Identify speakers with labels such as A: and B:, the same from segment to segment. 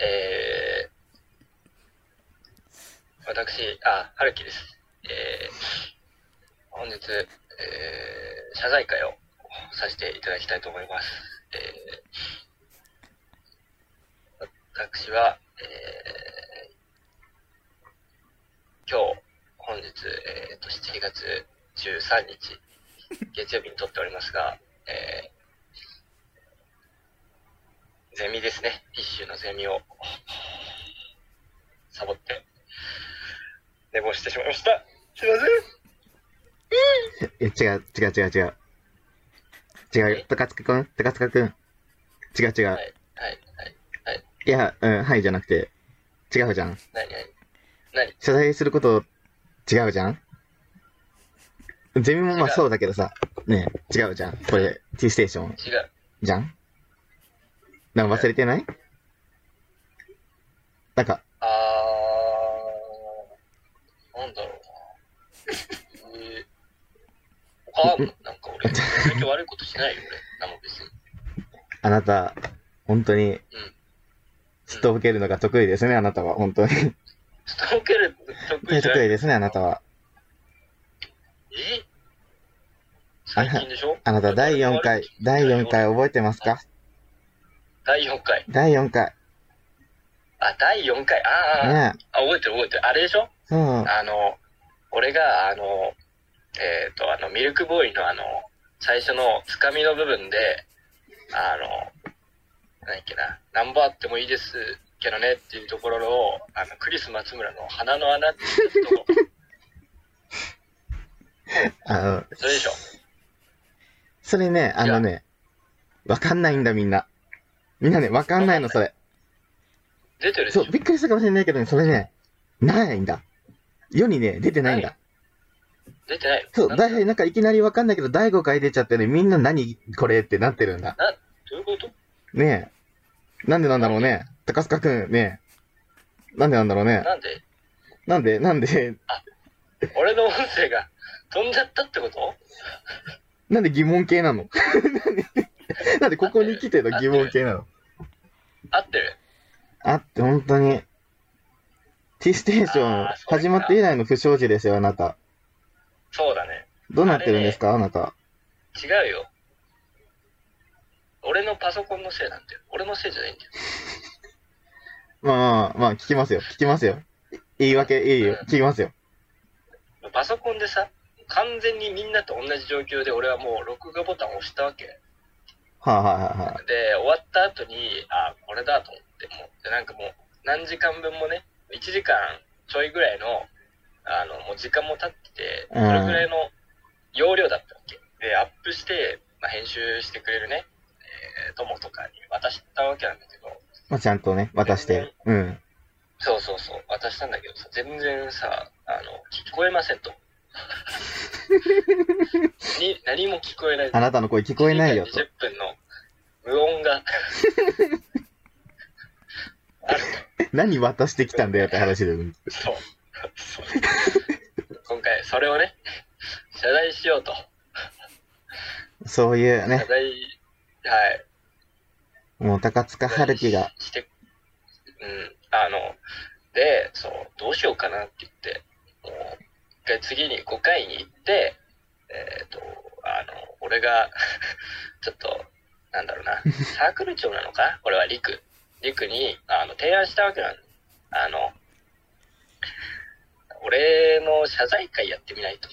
A: えー、私、あ、春樹です。えー、本日、えー、謝罪会をさせていただきたいと思います。えー、私は、えー、今日、本日、えー、と7月13日、月曜日に撮っておりますが、えー、ゼミですね。一種のゼミを、サボって、寝坊してしまいました。すいません。
B: え、違う、違う、違う、違う。違うよ
A: え。
B: 高塚くん高塚くん。違う、違う
A: は。い、はい、はい。
B: いや、うん、はいじゃなくて、違うじゃん。
A: 何、何
B: 謝罪すること、違うじゃん。ゼミもまあ
A: 違う
B: そうだけどさ、ねえ違うじゃん。これ、T ステーション
A: 違う。
B: じゃん。なんか忘れてないなんか、
A: あー、なんだろうな。 えー、他はもうなんか俺、最近悪いことしないよ、俺。なも別に。
B: あなた、本当に、すっとぼけるのが得意ですね、あなたは。本当に。
A: ちょっと受けるの得意じゃな
B: 得
A: い
B: 意ですね、あなたは。
A: え最近でしょ
B: あなた、第4回、第4回覚えてますか
A: 第4回。
B: 第4回。
A: あ、第4回。あー、あー
B: ねえ。
A: あ、覚えてる覚えてる。あれでしょ
B: そう。
A: あの、俺が、あの、えっ、と、あの、ミルクボーイのあの、最初のつかみの部分で、あの、何やっけな、ナンバーあってもいいですけどねっていうところを、あの、クリス松村の鼻の穴っていうとこ、
B: あの、
A: それでしょ。
B: それね、あのね、わかんないんだみんな。みんなね、わかんないの、それ。
A: 出てるでし
B: そ
A: ょ
B: う、。びっくりしたかもしれないけどね、それね、ないんだ。世にね、出てないんだ。
A: 出てない
B: そう、
A: なん
B: だい
A: で
B: たいなんかいきなりわかんないけど、第5回出ちゃってね、みんな何これってなってるんだ。
A: どういうこと
B: ねえ。なんでなんだろうね。高須賀くん、ねえ。なんでなんだろうね。
A: なんで
B: なんで、なんで、
A: 俺の音声が飛んじゃったってこと
B: なんで疑問系なの なんでなんでここに来ての疑問系なの
A: 合ってる
B: あって、本当に。T ステーショ
A: あーそ
B: ン
A: うです
B: 始
A: か
B: まって以来の不祥事ですよ、あなた。
A: そうだね。
B: どうなってるんですか、あなた。
A: 違うよ。俺のパソコンのせいなんだよ。俺のせいじゃないんだよ。
B: まあまあ、まあ、聞きますよ、聞きますよ。言い訳、いいよ
A: う、ん
B: 聞きますよ。
A: パソコンでさ、完全にみんなと同じ状況で俺はもう録画ボタンを押したわけ。で、
B: はい、はいはいはい。
A: 終わった後に、あ、これだと思って、もう、で、なんかもう、何時間分もね、1時間ちょいぐらいの、あの、もう時間も経ってて、そ
B: うん
A: れぐらいの容量だったわけ。で、アップして、まあ、編集してくれるね、えー友とかに渡したわけなんだけど、
B: まあ、ちゃんとね、渡して。うん。
A: そうそうそう、渡したんだけどさ、全然さ、あの、聞こえません と。に何も聞こえない。
B: あなたの声聞こえないよ
A: 1
B: と
A: 時。間20分の無音が。ある
B: 何渡してきたんだよって話で。
A: そう。 そう今回、それをね、謝罪しようと。
B: そういう
A: 謝
B: ね、
A: 罪、はい。
B: もう高塚春樹が。
A: しして、うん、あの、で、そう、どうしようかなって言って、もう、一回次に5回に行って、えっ、と、あの、俺が、 ちょっと、なんだろう な、サークル長なのか俺は陸。陸に、あの、提案したわけなんあの、俺の謝罪会やってみ ないと。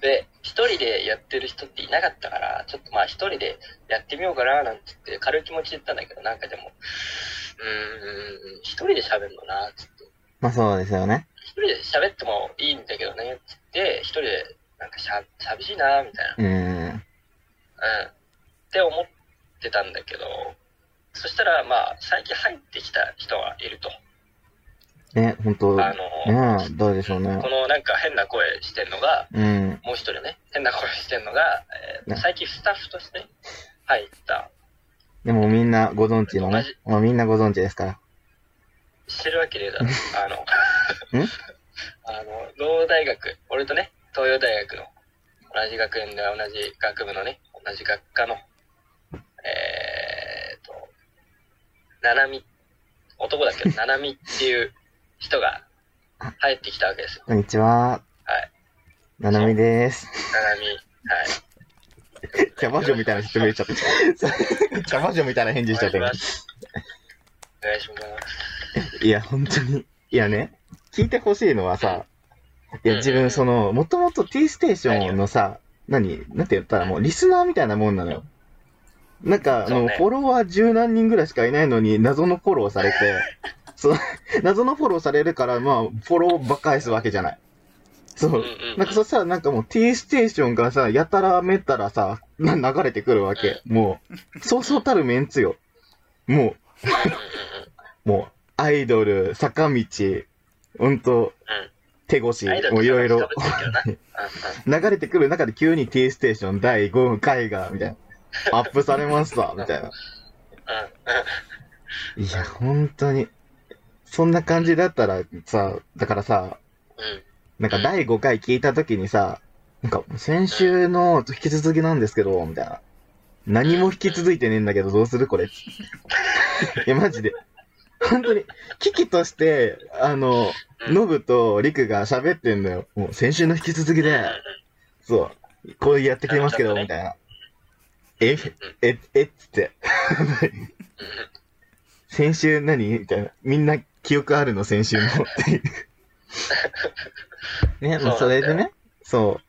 A: で、一人でやってる人っていなかったから、ちょっとまあ一人でやってみようかななんて言って、軽い気持ちで言ったんだけど、なんかでも、うーん、一人で喋るのな、つって。
B: まあそうですよね。
A: 一人で喋ってもいいんだけどね、つって、一人でなんかしゃ寂しいな、みたいな。
B: うん。
A: うん。って思ってたんだけど、そしたらまあ、最近入ってきた人がいると。
B: ね、本当
A: あ
B: ね
A: の、
B: えどうでしょうね
A: こ。のなんか変な声してんのが、
B: うん。
A: もう一人ね、変な声してんのが、えー
B: ね
A: 最近スタッフとして入った、
B: でもみんなご存知の
A: 同
B: ね
A: じ。
B: まあみんなご存知ですから。
A: してるわけねえ だろ。あの、
B: ん
A: あの、同大学、俺とね、東洋大学の、同じ学園で同じ学部のね、同じ学科の、えーっと、ナナミ、男だ けど、ナナミっていう人が入ってきたわけですよ。
B: こんにちは。
A: はい。
B: ななみです。
A: ナナミ、はい。
B: キャバ嬢みたいな人見えちゃった。 キャバ嬢みたいな返事しちゃった
A: お
B: よ
A: 願いします。お願いします。
B: いや、本当に。いやね、聞いてほしいのはさ、いや、
A: うん
B: 自分、その、もともと T ステーションのさ、何、なんて言ったらもう、リスナーみたいなもんなのよ。なんか、あ
A: そう
B: の、
A: ね
B: フォロワー十何人ぐらいしかいないのに、謎のフォローされ て、そう、謎のフォローされるから、まあ、フォローばっかりするわけじゃない。そうう。
A: んうん。
B: なんかそしたらなんかもう T ステーションがさ、やたらめったらさ、な流れてくるわけ。もう、そうそうたるメンツよ。
A: う
B: も
A: んうん
B: う、もう、アイドル、坂道、ほんと、手越し、
A: うんアイドル
B: もういろいろ
A: とかなんか被ってるけどな
B: 流れてくる中で急に T ステーション第5回が、み たいな。アップされました、みた
A: うん
B: いな。
A: うんうん
B: いや、本当に。そんな感じだったらさ、だからさ、
A: うん
B: なんか第5回聞いたときにさ、なんか先週の引き続きなんですけど、みたいな。何も引き続いてねえんだけどどうするこれ。い や、マジで。本当に、危機として、あの、
A: うん
B: ノブとリクが喋ってんのよ。もう先週の引き続き
A: うんうん
B: で、そう、こうやってきてますけど、
A: なる
B: み
A: ほど
B: たいな。え、え、えっつって。先週何みたいな。みんな記憶あるの先週のっ ていう。ね、まあ
A: そ
B: そう
A: なんだ
B: れ
A: よ
B: でね、そ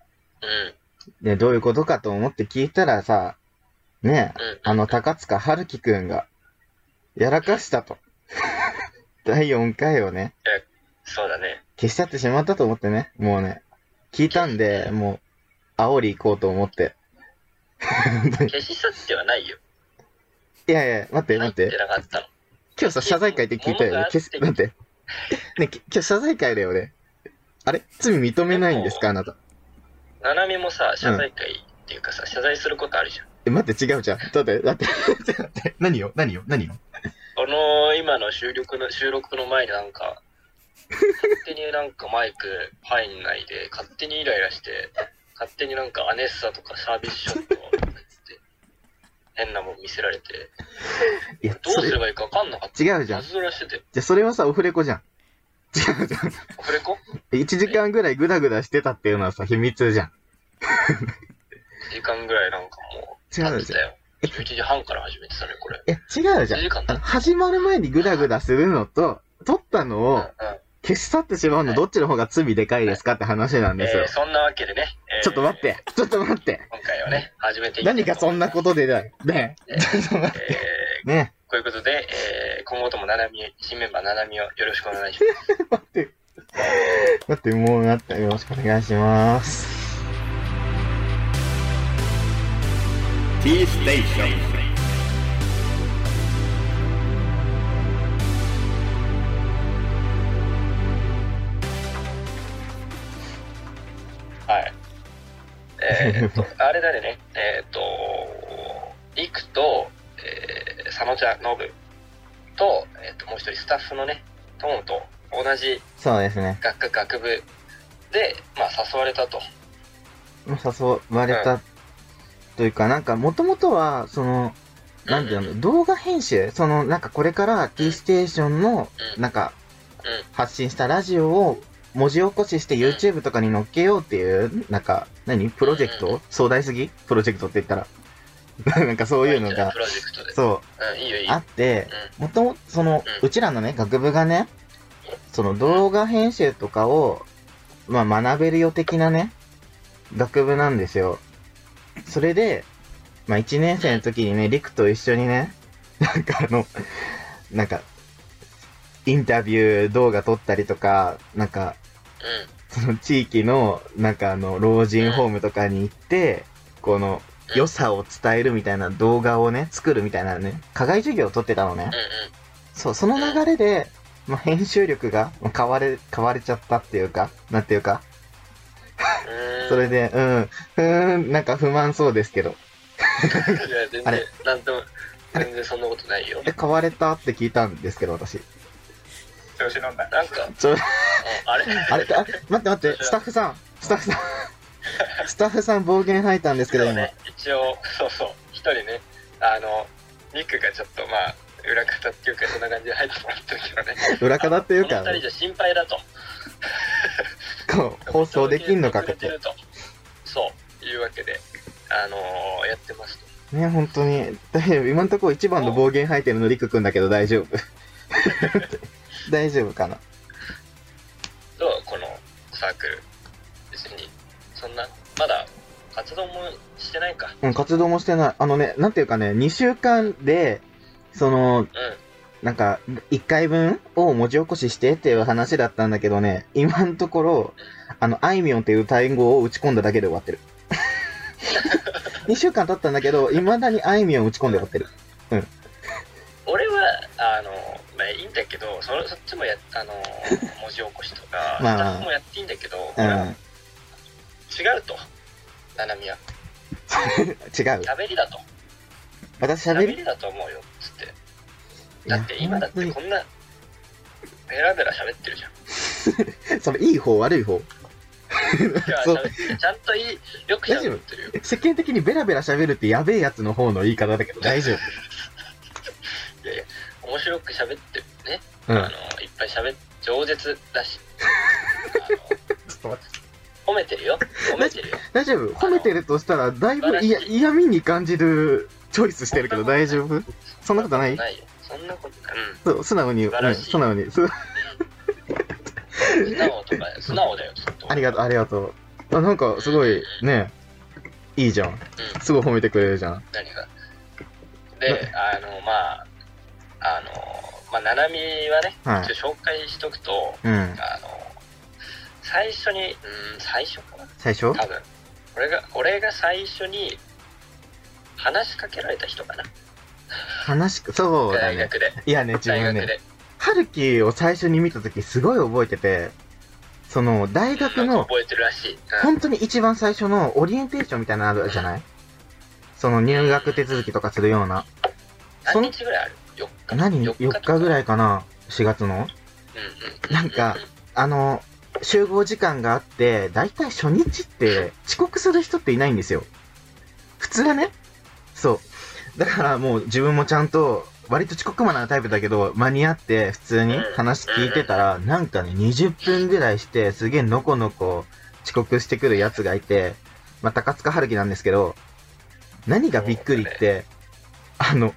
A: うん
B: う、ね、どういうことかと思って聞いたらさ、ね、
A: うん
B: あの高塚春樹くんが、やらかしたと。 第4回をね、
A: そうだね。
B: 消し去ってしまったと思ってね、もうね、聞いたんで、もう、煽り行こうと思って。
A: 消し去ってはないよ。
B: いやいや、待って
A: 入
B: 待っ
A: って
B: て。
A: なかったの。
B: 今日さ、謝罪会って聞いたよね。消す、なんて。ね、き今日謝罪会だよね。あれ罪認めないんですかあなた。
A: ななみもさ、謝罪会っていうかさ、謝罪することあるじゃん。
B: え、待って、違うじゃん。だって、だって、待って待って、何よ何よ何よ
A: この今の収録の収録の前になんか、勝手になんかマイク入んないで、勝手にイライラして、勝手になんかアネッサとかサービスショットとか言って、変なもん見せられて、
B: いや、
A: どう
B: そ
A: す
B: れ、
A: ればいいか分かんなかった。
B: 違うじゃん。
A: ずずらしてて、
B: じゃ、それはさ、オフレコじゃん。違うじゃん。
A: オフレコ
B: 1時間ぐらいグダグダしてたっていうのはさ、秘密じゃん。
A: 時間ぐらいなんかもう、
B: 違う
A: って
B: じ
A: た
B: ゃん。
A: よ。11時半から始めてたね、これ。
B: え、違うじゃ
A: 1
B: ん。
A: 時間
B: あ
A: だ
B: の始まる前にグダグダするのと、撮ったの
A: う
B: を
A: んうん
B: 消し去ってしまうの、どっちの方が罪でかいですかって話なんですよ
A: えー。そんなわけでね、えー
B: ちょっと待って、ちょっと待って。
A: 今回はね、始めていきたい
B: 何かそんなことでだよ。ねえ。ちょっと待っ
A: えー
B: て。ね
A: こういうことで、えー今後ともななみ、新メンバーななみをよろしくお願いします。
B: え。待って。待って、もうなった。よろしくお願いします。
C: T Station.
A: はい。えーっ と、あれだね、えーっと、いくと、えー、佐野ちゃん、ノブと、えーっと、もう一人スタッフのね、トモと同じ
B: そうですね。
A: 学科、学部で、まあ、誘われたと。
B: もう誘われたというか、なんか、もともとは、その、なんていうの、動画編集、その、なんかこれから T ステーションの、
A: うん
B: なんか
A: うん、
B: 発信したラジオを文字起こしして YouTube とかに載っけようっていう、なんか、何プロジェクト壮大すぎプロジェクトって言ったら。 なんかそういうのが
A: プ、ロジェクトで。
B: そう。
A: うん、いいよいいよ。
B: あって、もともと、その、
A: うん
B: うちらのね、学部がね、その動画編集とかを、まあ学べるよ的なね、学部なんですよ。それで、まあ1年生の時にね、リクと一緒にね、なんかあの、なんか、インタビュー動画撮ったりとか、なんか、その地域の、なんかあの、老人ホームとかに行って、この、良さを伝えるみたいな動画をね、作るみたいなね、課外授業を撮ってたのね。
A: うん、うん、
B: そう、その流れで、まあ、編集力がまあ買われ、買われちゃったっていうか、なんていうか、
A: うん。うーん
B: それ。で、うん、ふーん、なんか不満そうですけど、
A: いや、全
B: あ
A: 然
B: れ、
A: なんとも、
B: あれ
A: 全然そんなことないよ。
B: え、買われたって聞いたんですけど、私。
A: 調子乗んな。なんか、
B: ちょ、
A: うんあれ
B: あれ、あ、待って待って、スタッフさん、スタッフさん、スタッフさん暴言吐いたんですけど、
A: そう
B: 今
A: ね、一応、そうそう、一人ね、あの、ミックがちょっとまあ、裏方っていうか、そんな感じで入ってもらってるけどね。
B: 裏方っていう
A: この
B: か、
A: 二人じゃ心配だと。
B: こう放送できんのか
A: と
B: っ。て。
A: そう、いうわけで、あのーやってますと。
B: ね、本当に。大丈夫。今のところ一番の暴言吐いてるのりくくんだけど大丈夫。大丈夫かな。
A: どうこのサークル。別に、そんな、まだ活動もしてないか。
B: うん、活動もしてない。あのね、なんていうかね、2週間で、その、
A: うん。
B: なんか、1回分を文字起こししてっていう話だったんだけどね、今のところ、あの、あいみょんっていう単語を打ち込んだだけで終わってる。2週間経ったんだけど、未だにあいみょん打ち込んで終わってる。
A: 俺は、あのーまあいいんだけど、そそっちもや、あ のー文字起こしとか、
B: ま
A: ス
B: あ
A: タッフもやっていいんだけど、
B: う
A: 俺は
B: ん。
A: 違うと。ななみは。
B: 違う。
A: 喋りだと。
B: 私
A: 喋
B: 喋
A: り
B: り
A: だと思うよ、つって。
B: いや
A: だって今だってこんな、ベラベラ喋ってるじゃん。
B: それ、いい方、悪い方。
A: いや
B: そう
A: 喋ってちゃんといい、よく喋ってるよ。
B: 世間的にベラベラ喋るってやべえやつの方の言い方だけど、大丈
A: いやいや、面白く喋ってるね。
B: 夫。う
A: あ
B: ん。
A: の、いっぱい喋って、饒舌だ し。あ
B: ちょっと待って。
A: の褒めてるよ。褒めてるよ。
B: 大丈夫褒めてるとしたら、だいぶいや
A: 素晴らしい
B: 嫌味に感じるチョイスしてるけど、大丈夫そんなことない
A: ないよ。そんなことない。うん。
B: そう、素直に、う
A: 素晴ら
B: ん、
A: しい
B: 素直に。す
A: 素直とか、 素直だよ、ちょっと。
B: ありがとう、ありがとう。あ、なんか、すごい、ね、いいじゃん。
A: うん
B: すごい褒めてくれるじゃん。
A: 何が。で、あの、まあ、あの、まあ、ななみはね、
B: はい
A: 一応紹介しとくと、
B: うん。
A: あの、最初に、うん、最初かな
B: 最初
A: 多分。俺が、俺が最初に、話しかけられた人かな。
B: 話しく、そうだ
A: 大
B: ね。
A: 学で。
B: いやね、自
A: 大
B: 分
A: 学
B: ね、
A: で。
B: 春樹を最初に見たとき、すごい覚えてて、その、大学
A: なんか
B: の、
A: 覚えてるらしい。うん
B: 本当に一番最初のオリエンテーションみたいなのあるじゃないその入学手続きとかするような。その
A: 何日ぐらいある ?4 日。
B: 何
A: 四
B: ?4 日ぐ
A: い。
B: らいかな ?4 月の
A: うんうんう
B: なんか、あの、集合時間があって、だいたい初日って遅刻する人っていないんですよ。普通はね。そう。だからもう自分もちゃんと、割と遅刻マナーなタイプだけど、間に合って普通に話聞いてたら、なんかね、20分ぐらいして、すげえのこのこ遅刻してくるやつがいて、まあ、高塚春樹なんですけど、何がびっくりって、あの、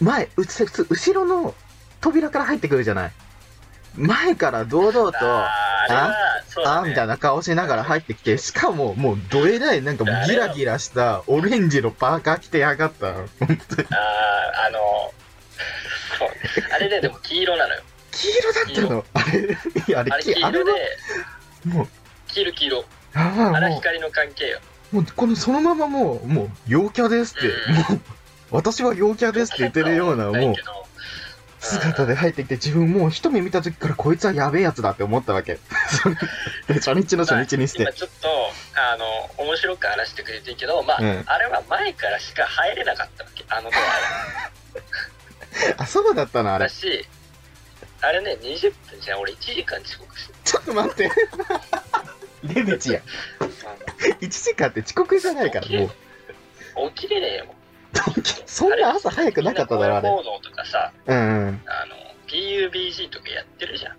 B: 前、うつ後ろの扉から入ってくるじゃない。前から堂々と、
A: あーあれは、そうだ
B: あ
A: ね
B: ーみたいな顔しながら入ってきて、しかも、もう、どえらい、なんかもうギラギラした、オレンジのパーカー着てやがったの。
A: あーあの、そうねあれででも黄色なのよ。
B: 黄色だったのあれ、いや、あれ
A: あれ、黄
B: きあれ
A: 色
B: は
A: で、、
B: もう、
A: 黄色黄色。
B: あ
A: あ
B: あ、
A: ら
B: も
A: 光の関係よ。
B: う、もう、この、そのままもう、もう、陽キャですって、もう、私は陽キャですって言ってるような、
A: な
B: も
A: いうけ、ど
B: 姿で入ってきて、自分もう一目見た時から、こいつはやべえやつだって思ったわけ。 で初日の初日にし
A: まあ今
B: て。
A: ちょっと、あの、面白く話してくれてるけど、まあ、
B: うん
A: あれは前からしか入れなかったわけ。あのド
B: あ、そうだったな、あ
A: アだ
B: れ。
A: し、あれね、20分じゃん俺1時間遅刻して
B: ちょっと待って。 出口や。1時間って遅刻じゃないから、もう。
A: た。起きれねえよ。
B: そんな朝早くなかっただろ、あれ。
A: 行動とかさ、
B: うんうん。
A: あの、PUBG とかやってるじゃん。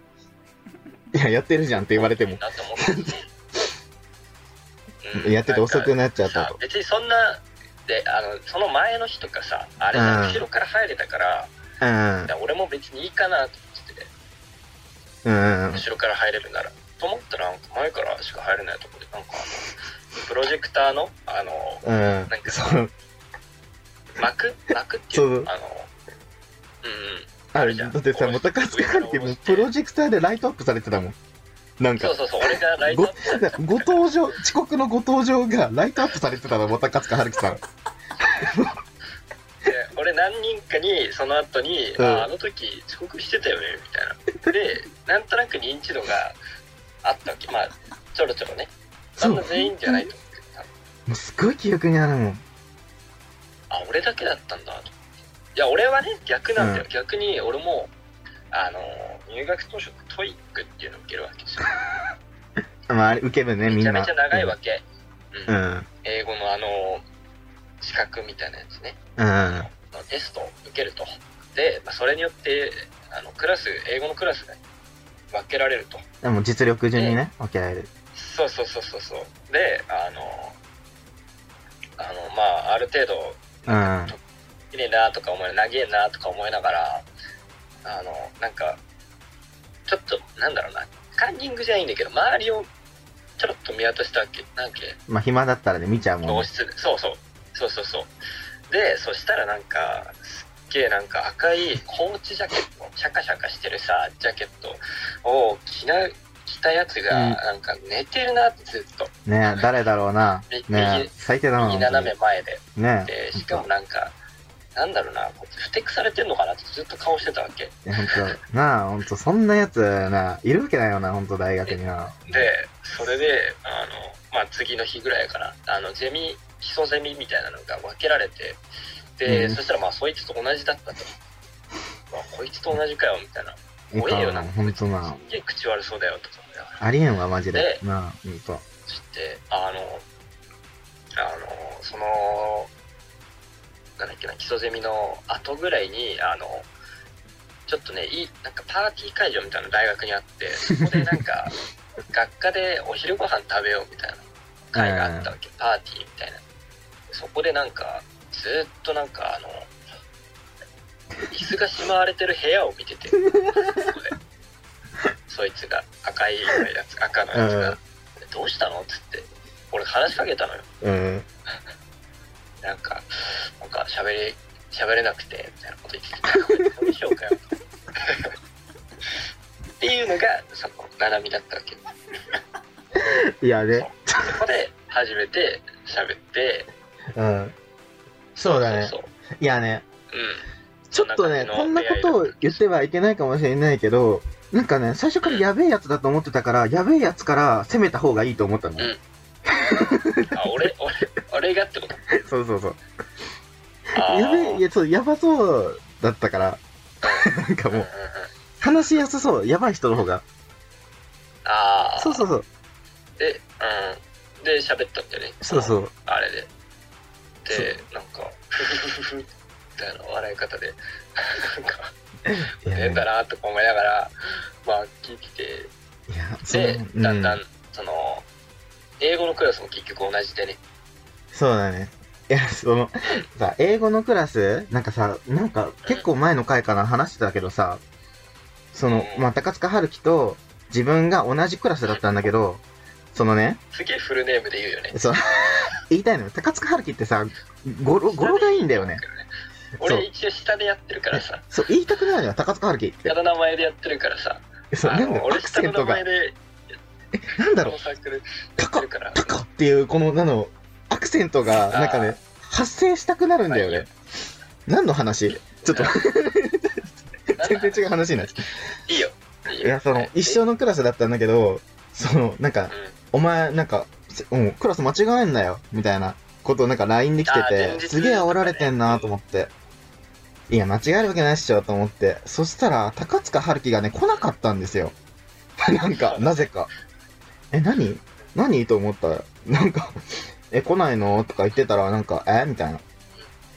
B: いや、やってるじゃんって言われても。
A: だと思って。
B: やってて遅くなっちゃった
A: さ
B: と。
A: 別にそんな、で、あの、その前の日とかさ、あれさ、
B: うん
A: 後ろから入れたから、
B: うん
A: いや俺も別にいいかなと思ってて、
B: うん。うん。
A: 後ろから入れるなら。と思ったら、なんか前からしか入れないとこで、なんかあの、プロジェクターの、あの、
B: うん
A: なん。かさ
B: そう。
A: 幕幕っていう
B: そう
A: のあの、うんうん。
B: あれ、だってさ、もう高塚君ってもうプロジェクターでライトアップされてたもん。なん
A: そ
B: か
A: う、そうそう、俺がライト
B: ご
A: アップされた
B: ご登場、遅刻のご登場がライトアップされてたの、もう高塚春樹さん。
A: で俺何人かにその後に、
B: うん
A: ああの時遅刻してたよねみたいなでなんとなく認知度があったわけまあちょろちょろねそんな全員じゃないと思うけど
B: もうすごい記憶にあるもん。
A: あ俺だけだったんだといや俺はね逆なんだよ、
B: う
A: 逆に俺もあの入学当初トイックっていうのを受けるわけですよ
B: まあ、あれ、受けるね、み
A: め
B: ん
A: ち
B: な。
A: ゃめちゃ長いわけ、うん
B: うん。うん。
A: 英語のあの資格みたいなやつね
B: うん。
A: のテストを受けるとで、まあ、それによってあのクラス英語のクラスが分けられると
B: でも実力順にね、分けられる。
A: そうそうそうそうそうであのあのまあある程度
B: うん。
A: 綺麗なとか思い長えなとか思いながらあのなんかちょっとなんだろうなカンニングじゃないんだけど周りをちょろっと見渡したわけなんか
B: まあ、暇だったらね、見ちゃうもん
A: 教
B: ね。
A: 室でそうそうそうそうそうでそしたらなんかすっげえなんか赤いコーチジャケットシャカシャカしてるさジャケットを着な着たやつが
B: うん
A: なんか寝てるなってずっと
B: ねえ誰だろうな。
A: 右
B: ねえ最低だな。
A: 右斜め前で
B: ね
A: でしかもなんかなんだろうなこうふてくされてんのかなってずっと顔してたわけ
B: え。ほんと、なあ、ほんと、そんなやつ、なあ、いるわけないよな、ほんと、大学にな。
A: でそれであの、まあ、次の日ぐらいかなあのゼミ基礎ゼミみたいなのが分けられてで、
B: うん
A: そしたらまあそいつと同じだったと、まあ、こいつと同じかよみたいな
B: え
A: 怖えよな
B: ほんとな。
A: すっげえ口悪そうだよとか思いながら
B: ありえんわ、マジで
A: で。
B: なあ、ほんと。
A: 知ってあのあのそのなんだっけな基礎ゼミの後ぐらいにあのちょっとねいいなんかパーティー会場みたいなの大学にあってそこでなん か学科でお昼ご飯食べようみたいな会があったわけパーティーみたいなそこでなんかずーっとなんかあの椅子がしまわれてる部屋を見 ててそこでそいつが赤いやつ赤のやつが、
B: うん
A: どうしたのっつって俺話しかけたのよ
B: うん。
A: なんかなんか喋れ喋れなくてみたいなこと言って てどうしようかよっていうのがそのななみだったわけ
B: いやね。
A: そこで初めて喋って
B: うん。そうだね
A: そう。そう
B: いやね、
A: うん
B: ちょっとね、こ
A: そ
B: ん
A: ん
B: な
A: な
B: こ
A: 感じの
B: とを言ってはいけないかもしれないけど、なんかね、最初からやべえやつだと思ってたから、やべえやつから攻めた方がいいと思ったの。
A: うんあ俺俺俺がってこと
B: そうそうそう。
A: あー
B: やべえ、いや、そう、やばそうだっ たから、なんか
A: うん
B: も
A: うんう、
B: うん話しやすそう、やばい人の方が。
A: ああ
B: そうそうそう。
A: でうんで喋ったんだよね
B: そうそうう。
A: あれででなんかフフフフみたいな笑い方でなんか
B: いや、
A: 変だなとか思いながらまあ聞いてて
B: いや、そう、
A: で
B: う
A: だんだん
B: ん。
A: その英語のクラスも結局同じでね
B: そうだね。いや、その、さ、英語のクラス、なんかさ、なんか、結構前の回かな、話してたけどさ、その、まあ、高塚春樹と自分が同じクラスだったんだけど、そのね、
A: すげえフルネームで言うよね
B: そう、言いたいのよ。高塚春樹ってさ、語呂、語呂がいいんだよね。そう
A: 俺一応下でやってるからさ
B: そう、言いたくなるのよ、高塚春樹っ
A: 下
B: て。
A: の名前でやってるからさ
B: そう、
A: あ
B: で
A: の
B: も、ア
A: 俺
B: ク
A: 下
B: セ
A: の
B: ン
A: 名
B: トが
A: 前、で
B: なんだろう
A: この、サークルやってるから
B: タカっていう、この、なの、アクセントが、なんかね、発生したくなるんだよね。何の話ちょっと、全然違う話になっちゃ。
A: いいよ。いうい
B: いや、その、一緒のクラスだったんだけど、その、なんか、お前、なんか、せうん、クラス間違えんなよ、みたいなことをなんか LINE で来て
A: あー前
B: て、
A: 日
B: すげえ煽られてんなと思って。いや、間違えるわけないっしょ、と思って。そしたら、高塚春樹がね、来なかったんですよ。 なん か、なぜか。え、何何と思ったら、なんか、え、来ないのとか言ってたら、なんか、えみたいな。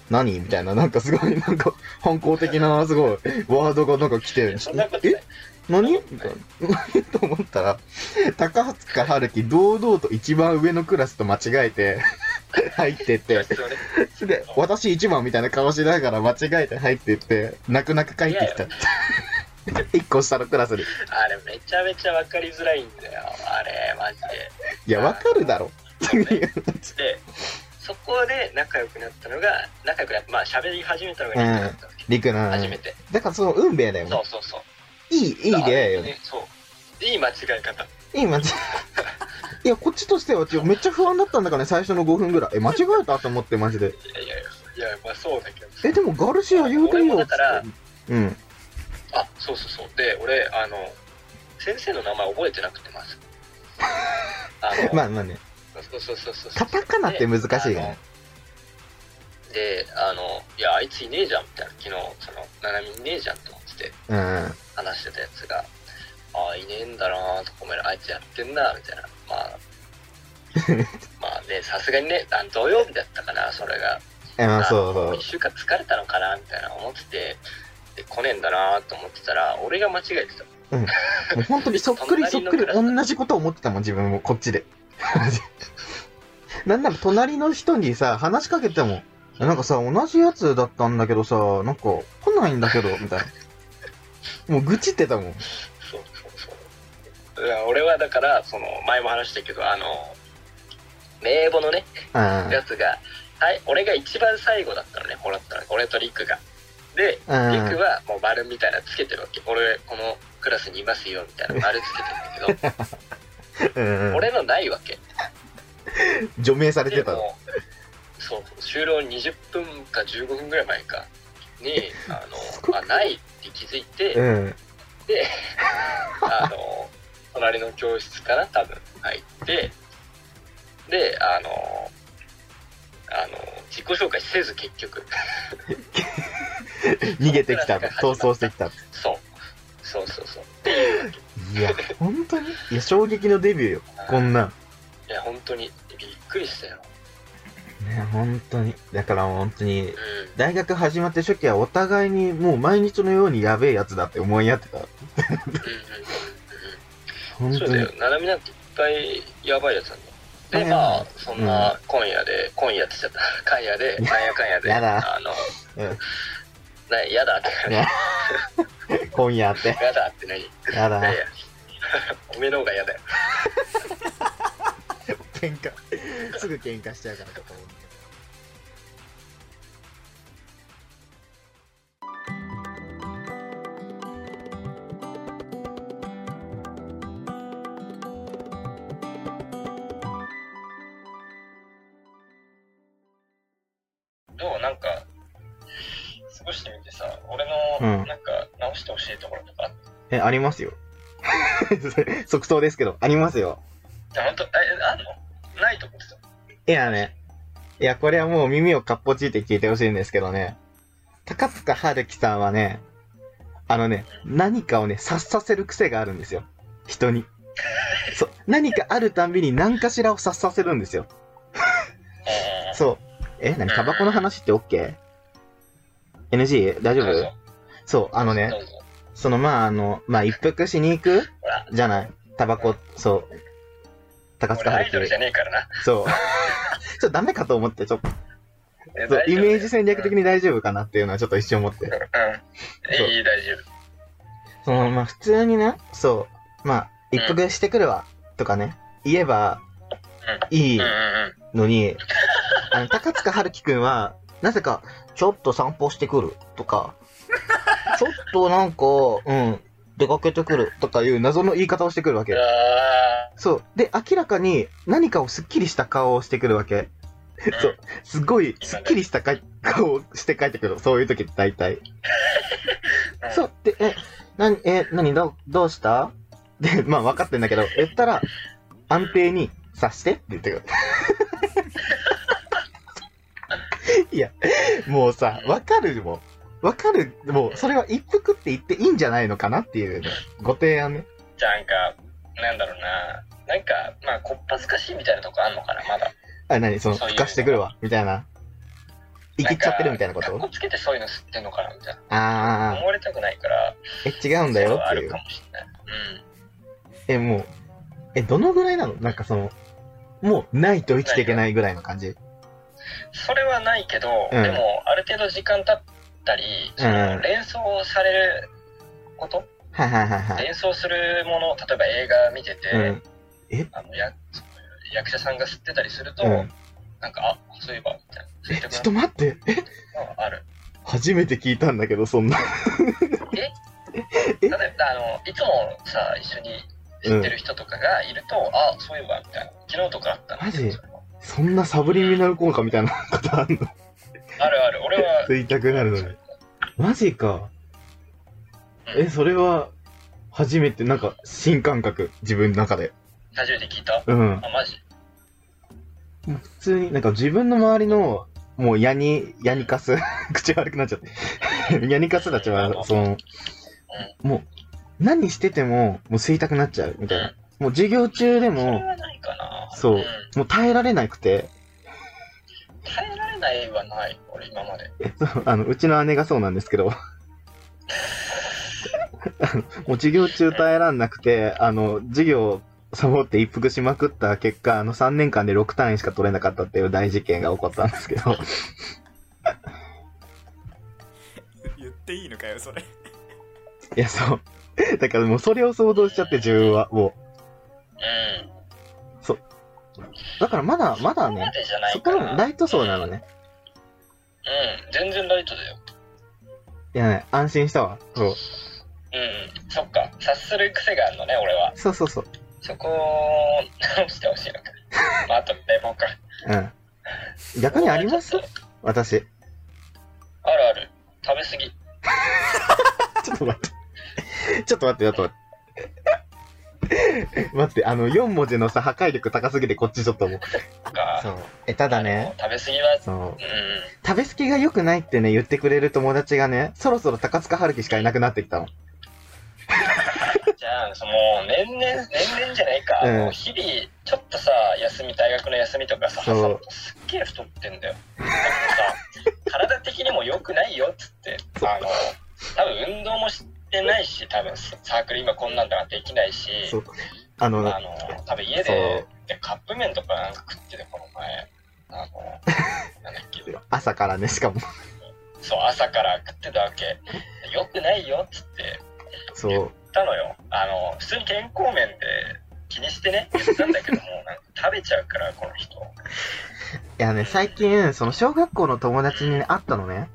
B: 何みたいな、なんかすごい、なんか、反抗的な、すごい、ワードがなんか来て、
A: うん。そんなこと
B: え
A: ない。
B: 何
A: はい
B: みたいな。何と思ったら、高塚春樹堂々と一番上のクラスと間違えて入ってって、
A: 必要ね
B: で、私一番みたいな顔しながら間違えて入ってって、泣く泣く帰ってきた。一個下のクラスに。
A: あれめちゃめちゃ分かりづらいんだよ。あれ、マジで。
B: いや、わかるだろ。
A: で、そこで仲良くなったのが、仲良くなった、まあ喋り始めたのが仲良くなったわけ。
B: りくな
A: 初めて。
B: だからその運命だよ
A: そ
B: ね
A: う。そうそう。
B: いい、いい出会いよね。
A: ね。そう。いい間違い方。
B: いい間違い。いや、こっちとしては、めっちゃ不安だったんだからね、最初の5分ぐらい。え、間違えたと思って、マジで。
A: いやいやいや、いやまあそうだけど。
B: え、でもガルシア言うて
A: 俺
B: る
A: も
B: よ。
A: だから
B: つってうん。
A: あ、そうそうそう。で、俺、あの、先生の名前覚えてなくて ます。あの
B: まあまあね。
A: そうそうそうそうそう。
B: カタカナって難しいよね
A: で。あので、あの、いや、あいついねえじゃんみたいな、昨日、その、ななみいねえじゃんと思ってて、
B: うん。
A: 話してたやつが、ああ、いねえんだなぁとか、お前らあいつやってんなみたいな。ま あ、まあね、さすがにね、あの土曜日だったかな、それが。
B: え、まあ
A: の
B: そうそう
A: 一。週間疲れたのかなみたいな思ってて、って来ねえんだなと思ってたら、俺が間違えてた。
B: もう本当にそっくりそっくり同じこと思ってたもん、自分も、こっちで。 なんなら隣の人にさ、話しかけても、なんかさ、同じやつだったんだけどさ、なんか来ないんだけど、みたいな。もう愚痴ってたもん。
A: そうそうそう。いや俺はだから、その、前も話したけど、あの、名簿のね、
B: うん。
A: やつが、はい、俺が一番最後だったのね、もらったの。俺とリクが。で、
B: うん
A: リクはもう丸みたいなのつけてるわけ。俺、このクラスにいますよ、みたいな丸つけてるんだ
B: うん
A: け
B: う
A: ど、
B: ん。
A: 俺のないわけ。
B: 除名され
A: で
B: てたの。
A: もうそう、終了20分か15分ぐらい前かに、あ
B: すご
A: の、
B: い
A: あ、ないって気づいて、
B: うん。
A: あの、隣の教室から多分入って、で、あの、あの、自己紹介せず結局、
B: 逃げてきたの。逃走してきたの。
A: そう。そうそうそう。
B: いや、本当にいや、衝撃のデビューよ。こんなん。
A: いや、本当にびっくりしたよ。
B: ね、本当に。だから本当に
A: う、ん。
B: 大学始まって初期はお互いにもう毎日のようにやべえやつだって思い合ってた。
A: う
B: 本
A: んうんうんうん。そ
B: 当
A: うだ
B: に
A: よ。。ななみなんていっぱいやばいやつなんだよ。で、まあ、そんな今夜で、今夜って言っちゃった。 今夜で、なんやかんやで、
B: やだ
A: あの、
B: うん
A: なやだって何、
B: ね今夜 って。
A: やだって何い
B: やだ
A: や。 いや、おめえの方がやだよ。
B: 喧嘩。すぐ喧嘩しちゃうから、ここ。
A: どうなんか、過ごしてみてさ、俺
B: う
A: の、
B: ん
A: なんか、直してほしいところとかあっ
B: え、ありますよ。 即答ですけど、ありますよ。
A: た、ほんと、え、あんのないと思ってた。
B: いやね。いや、これはもう耳をかっぽちいて聞いてほしいんですけどね。高塚春樹さんはね、あのね、何かをね、察させる癖があるんですよ。人 に。そう。何かあるたんびに何かしらを察させるんですよ。
A: え
B: そう。え、何タバコの話って OK?NG? 大丈夫そう、あのね、
A: どうぞ。
B: そのまああの、まあ一服しに行く
A: ほら、
B: じゃないタバコ、そう。高
A: 俺
B: 塚
A: アイド
B: 春
A: ルじゃ
B: 樹。
A: ねえからな。
B: そう。ちょっとダメかと思って、ちょっと、
A: え
B: そう
A: 大丈夫
B: イメージ戦略的に大丈夫かなっていうのはちょっと一瞬思って。
A: うん。
B: そう
A: いい、大丈夫。
B: そのまあ普通にね、そう、まあ一服してくるわ、とかね、言えば、いい
A: うんうんうん。
B: のに、あの、高塚春樹くんは、なぜか、ちょっと散歩してくるとか、ちょっとなんか、うん、出かけてくるとかいう謎の言い方をしてくるわけ。
A: あ
B: そう。で、明らかに何かをすっきりした顔をしてくるわけ。
A: ー
B: そう。すごい、すっきりしたか顔をして帰ってくる。そういう時って大体。
A: うん
B: そう。で、え、なに、え、なに、どう、どうした で、まあ分かってんだけど、言ったら、安定に察してって言ってくる。 いや、もうさ、分かるもん。分かる、もう、それは一服って言っていいんじゃないのかなっていうね、ご提案ね。
A: じゃあ、なんか、なんだろうな。なんか、まあ、こっぱずかしいみたいなとこあんのかな、まだ。
B: あ、なに、その、
A: そういう
B: ふかしてくるわ、みたいな。生きっちゃってるみたいなこ
A: かっ
B: と
A: こつけてそういうの吸ってんのかな、みたいな。
B: あ
A: 思われたくないから、
B: ー、え、違うんだ
A: そ
B: よ
A: れはあ
B: ってい
A: る
B: う
A: か。もしれない。うん。
B: え、もう、え、どのぐらいなのなんかその、もう、ないと生きていけないぐらいの感じ。
A: それはないけど、
B: うん
A: でも、ある程度時間経ったり、そ
B: うん
A: の連想されること、
B: はいはいはいはい。
A: 連想するもの、例えば映画見てて、
B: うん。
A: あのや役者さんが吸ってたりすると、
B: うん
A: なんか、あそういえば、みたいな。吸
B: え、
A: い
B: ち
A: た
B: ょ
A: く
B: っ
A: な
B: と待って。え、
A: るのはある。
B: 初めて聞いたんだけど、そんな。え
A: 例えば、あのいつもさ、一緒に知ってる人とかがいると、あそういえば、みたいな。昨日とかあったな
B: マジ
A: それは
B: そんなサブリミナル効果みたいなことあ
A: あ
B: んの
A: るある。俺は、
B: 吸いたくなるのに。マジか。え、それは、初めて、なんか、新感覚、自分の中で。
A: 初めて聞いた。
B: うん。
A: あ、マジ。
B: 普通に、なんか自分の周りの、もう、ヤニ、ヤニカス、 口悪くなっちゃって。 ヤニカスたちは、その、もう、何してても、もう吸いたくなっちゃう、みたいな。もう授業中で
A: それ
B: も、
A: はないかな。
B: そうんもう耐えられなくて、
A: 耐えられないはない、俺今まで。
B: あの、うちの姉がそうなんですけど、もう授業中耐えらんなくて、あの、授業をサボって一服しまくった結果、あの3年間で6単位しか取れなかったっていう大事件が起こったんですけど、
D: 言っていいのかよそれ
B: いや、そう。だからもうそれを想像しちゃって自分は、も
A: うん。
B: う。だからまだ、まだ
A: そこま
B: ね、
A: でじゃない
B: そ
A: か
B: こ
A: ら。
B: はライト層なのね。
A: うん、全然ライトだよ。
B: いやね、安心したわ。そう。
A: うん、そっか。察する癖があるのね、俺は。
B: そうそうそう。
A: そこを直してほしいのか。まあ、あと冷房か。
B: うん。逆にあります
A: ちょっと
B: 私。
A: あるある。食べ過ぎ。
B: ちょっと待って。ちょっと待って、ちょっと待って。待って、あの、4文字のさ、破壊力高すぎてこっちちょっともう。
A: とか。
B: そう。え、ただね、
A: 食べ過ぎは、
B: そう。
A: うん。
B: 食べ過ぎが良くないってね、言ってくれる友達がね、そろそろ高塚春樹しかいなくなってきたの。
A: じゃあ、その、年々、年々じゃないか。
B: うん
A: もう日々、ちょっとさ、休み、大学の休みとかさ、
B: そう
A: 挟むとすっげえ太ってんだよ。でもさ、体的にも良くないよっつって、あの、多分運動もしてないし、多分サークル今こんなんだからできないし、
B: そう。あの、
A: あの、多分家で、でカップ麺とかなんか食ってて、この前、あの、 なんだっけ、
B: 朝からね、しかも。
A: そう、朝から食ってたわけ。良くないよっつって、
B: そう。
A: 言ったのよあの普通に健康面で気にしてね言ったんだけ どもなんか食べちゃうからこの人
B: いやね、最近、その小学校の友達にね、会ったのね。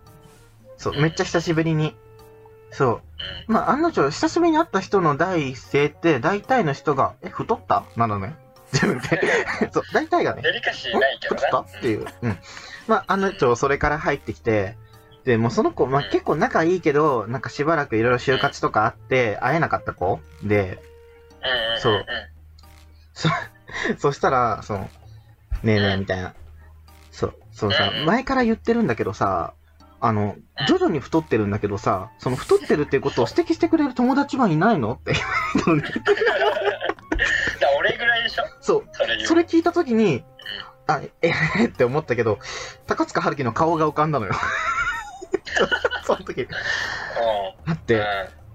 B: そう、めっちゃ久しぶりに。そうう。まあ、案の定、久しぶりに会った人の第一声って、大体の人が、え、太ったなのね。自分で。そう、大体がね
A: ん、デリカシーないけど
B: 太
A: な
B: ったっていう。うん。まあ、あの人、それから入ってきて、で、もうその子、まあ、結構仲いいけど、なんかしばらくいろいろ就活とかあって、会えなかった子で、
A: うんうんうん
B: そうん
A: ん
B: そしたら、その、ねえねえ、みたいな。そう、そのさ
A: う、ん
B: 前から言ってるんだけどさ、あの、徐々に太ってるんだけどさ、その太ってるっていうことを指摘してくれる友達はいないのって言われたのね。
A: だから俺ぐらいでしょ
B: そう、
A: それ言う
B: それ聞いたときに、あ、ええって思ったけど、高塚春樹の顔が浮かんだのよ。 その時。
A: う
B: だっ
A: ん、うん
B: て、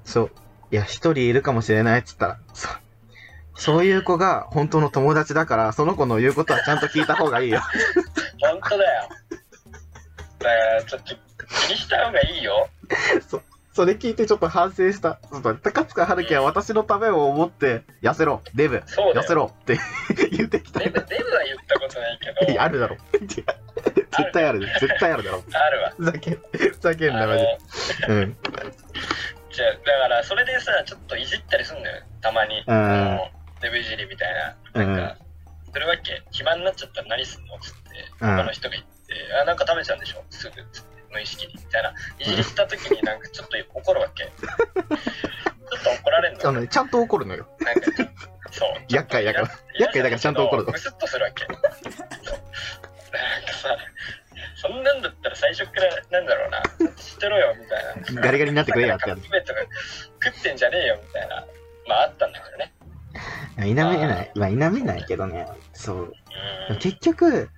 B: そう、いや、一人いるかもしれないっつったら、そう、そういう子が本当の友達だから、その子の言うことはちゃんと聞いた方がいいよ。
A: 本当だよだからちょっと気にした方がいいよ
B: それ聞いてちょっと反省した。ちょっと高塚春樹は私のためを思って、痩せろ、デブ、
A: そうだ
B: 痩せ
A: よ
B: ろって 言ってきた
A: デ。ブデブは言ったことないけど
B: いやあるだろ。 絶対ある、絶対あるだろ。
A: あるわ
B: ふざけん、ふざけんな、
A: あ
B: マジで。
A: の
B: うん。
A: じゃあだからそれでさちょっといじったりすんのよたまに
B: うん
A: あのデブいじりみたいななんか、それわけ暇になっちゃったら何すんのっつって
B: うん
A: 他の人が言って、あなんか食べちゃうんでしょすぐっつって無意識にみたいないじりした時になんかちょっと怒るわけ ちょっと怒られんの
B: あのね、ちゃんと怒るのよ。
A: なんかそう
B: 厄介だから厄介だからちゃんと怒るの
A: むすっとするわけそうなんかさそんなんだったら最初からなんだろうなしてろよみたいな
B: ガリガリになってくれやって
A: カ
B: や
A: ッ
B: る
A: プ。麺とか食ってんじゃねえよみたいなまああったんだけどね
B: 否めない。まあ、否めないけどね。そう。
A: うん
B: 結局、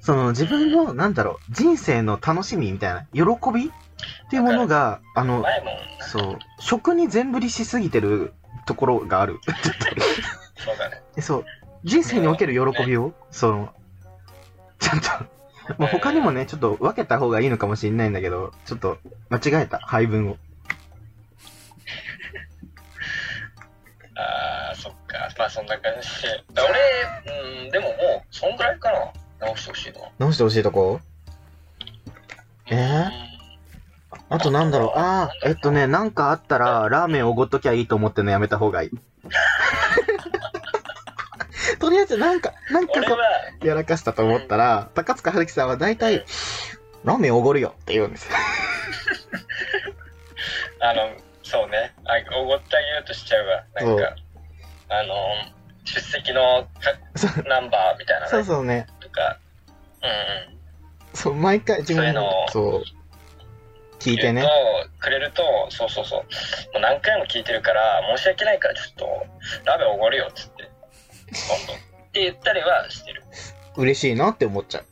B: その自分の、なんだろう、人生の楽しみみたいな、喜びっていうものが、あの、
A: 前も
B: そう、食に全振りしすぎてるところがある。
A: そうだね
B: でそう、人生における喜びを、その、ちゃんと、まあ、他にもね、ちょっと分けた方がいいのかもしれないんだけど、ちょっと間違えた、配分を。
A: ああそっかまあそんな感じで俺うんでももうそんぐらいかな直してほしいのは
B: 直してほしいとこえー
A: うん
B: あとなんだろう、ああ、えっとね、なんかあったら、ラーメンおごっときゃいいと思ってんのやめた方がい い。とりあえず、なんか、なんか
A: 俺
B: さ
A: は、
B: やらかしたと思ったら、高塚春樹さんは大体、ラーメンおごるよって言うんですよ。
A: あのそうねあおごってあげようとしちゃうわなんかあの出席のか
B: そ
A: ナンバーみたいな
B: そう
A: の
B: そうね。
A: とかうんうん
B: そう、毎回自分そう、聞いて
A: 言
B: ね。
A: うとくれるとそうそうそうもう何回も聞いてるから申し訳ないからちょっとラーメンおごるよっつって今度って言ったりはしてる
B: 嬉しいなって思っちゃう。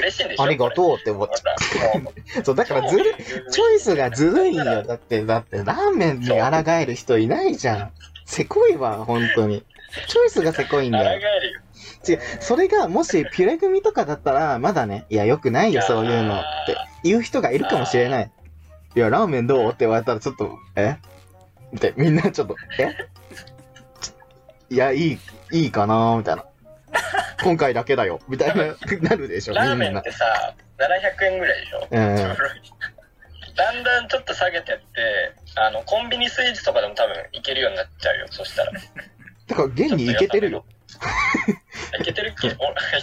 A: 嬉しいんでしょ
B: ありが
A: う。
B: とうって思っ
A: ま
B: ちゃ
A: たもう
B: う。そう、だからずる、チョイスがずるいんよ。だって、だって、ラーメンに抗える人いないじゃん。せこいわ、本当に。チョイスがせこいん
A: 抗
B: だ
A: え
B: よ。
A: るよ。
B: 違う、それがもしピュレ組とかだったら、まだね、いや、よくないよ、そういうのって言う人がいるかもしれない。いや、ラーメンどうって言われたら、ちょっと、えって、みんなちょっと、えいや、いい、いいかなみたいな。今回だけだよ、みたいな、なるでしょ、み
A: ラーメ
B: ん
A: ン
B: な
A: っ。てさ、700円ぐらいでしょ。
B: うん。
A: だんだんちょっと下げてって、あの、コンビニスイーツとかでも多分いけるようになっちゃうよ、そしたら。
B: だから、現にいけてるよ。
A: いけてるっけおい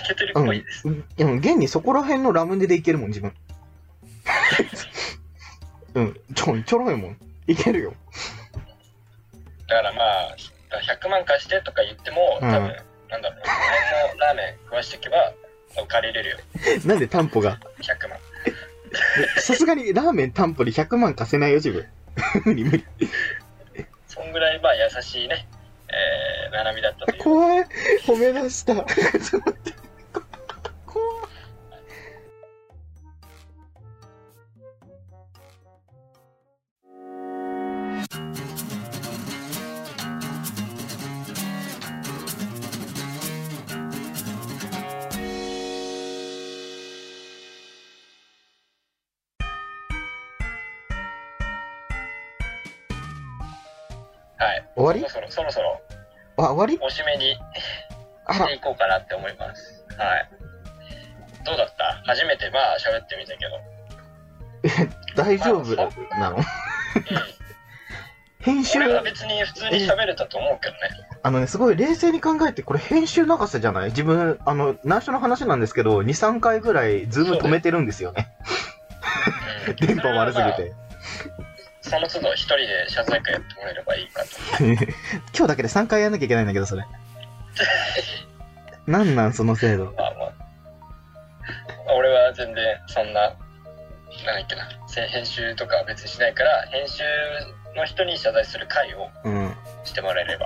A: けてる
B: う
A: っ
B: ん。
A: ぽ
B: う
A: い
B: ん
A: です。
B: でも、現にそこら辺のラムネでいけるもん、自分。 うん。ちょ、ちょろいもん。いけるよ。
A: だからまあ、100万貸してとか言っても、多分、
B: うん
A: なんだろう、この辺のラーメン食わしていけば、借りれるよ、
B: なんで担保が。
A: 100万。
B: さすがにラーメン担保で100万貸せないよ、自分。無理無理。
A: そんぐらい、まあ、優しいね、えー、ななみだったという。
B: 怖い。褒め出した。ちょっと待って。怖い。
A: はい。
B: 終わ
A: そ
B: り
A: ろそろ、そろそろ、
B: あ、終わり
A: おしめに
B: あ
A: し
B: ら
A: て、いこうかなって思います。はい。どうだった初めて、まあ、喋ってみたけど。
B: 大丈夫なの 編集
A: 俺、は別に普通に喋れたと思うけどね。
B: あのね、すごい冷静に考えて、これ編集長さじゃない自分、あの、内緒の話なんですけど、2、3回ぐらいズーム止めてるんですよね。
A: うん
B: 電波悪すぎて。。
A: その都度一人で謝罪会やってもらえればいいかと。
B: 今日だけで3回やんなきゃいけないんだけど、それ。なんなん、その制度。
A: まあまあ。俺は全然そんな、なんだっけな、編集とかは別にしないから、編集の人に謝罪する会を
B: うん。
A: してもらえれば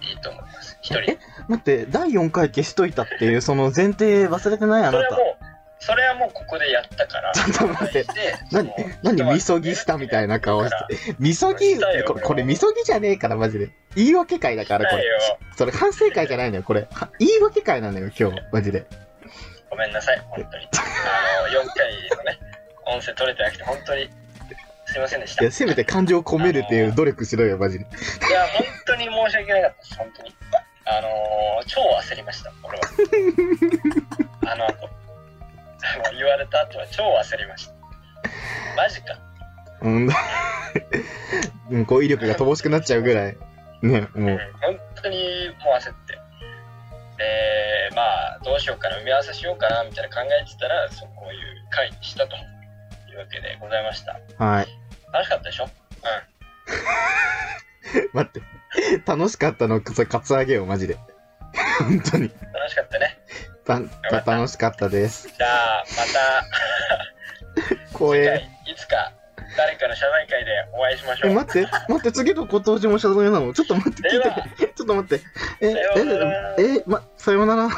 A: いいと思います。一人で。
B: 待って、第4回消しといたっていう、その前提忘れてないあ
A: それ
B: な
A: は
B: た
A: も。う、それはもうここでやったから。
B: ちょっと待って何何みそぎしたみたいな顔して
A: て。
B: みそぎ
A: したよ、
B: これ、これみそぎじゃねえから、マジで。言い訳会だから、こ
A: だ
B: れ。
A: よ。
B: それ反省会じゃないのよ、これ。は言い訳会なのよ、今日、マジで。
A: ごめんなさい、本当に。あの、4回のね、音声取れてなくて、本当にすいませんでした。
B: い
A: い
B: や、せめて感情を込めるってい
A: あ
B: う
A: のー
B: 努力しろよ、マジで。
A: や、本当に申し訳なかったです、本当に。あのー、超焦りました、 俺は。あの後、あの言われた後は超焦りました。マジか。
B: うん。 うん語彙力が乏しくなっちゃうぐらい。ね、も
A: うん
B: う。、
A: 本当にもう焦って。で、まあ、どうしようかな、埋め合わせしようかな、みたいな考えてたら、そうこういう回にしたというわけでございました。
B: はい。
A: 楽しかったでしょ
B: 待って。楽しかったの、それ、カツアゲよ、マジで。本当に。
A: 楽しかったね。
B: た、た、楽しかったです。
A: じゃあまた
B: 光
A: 次
B: 栄
A: 回。いつか誰かの謝罪会でお会いしましょ
B: え、
A: う。
B: 待って、待って、次のことじも謝罪なの。ちょっと待って、聞
A: で
B: い
A: は
B: て、ちょっと待って。え、
A: さようなら
B: え、え、ま、さようなら。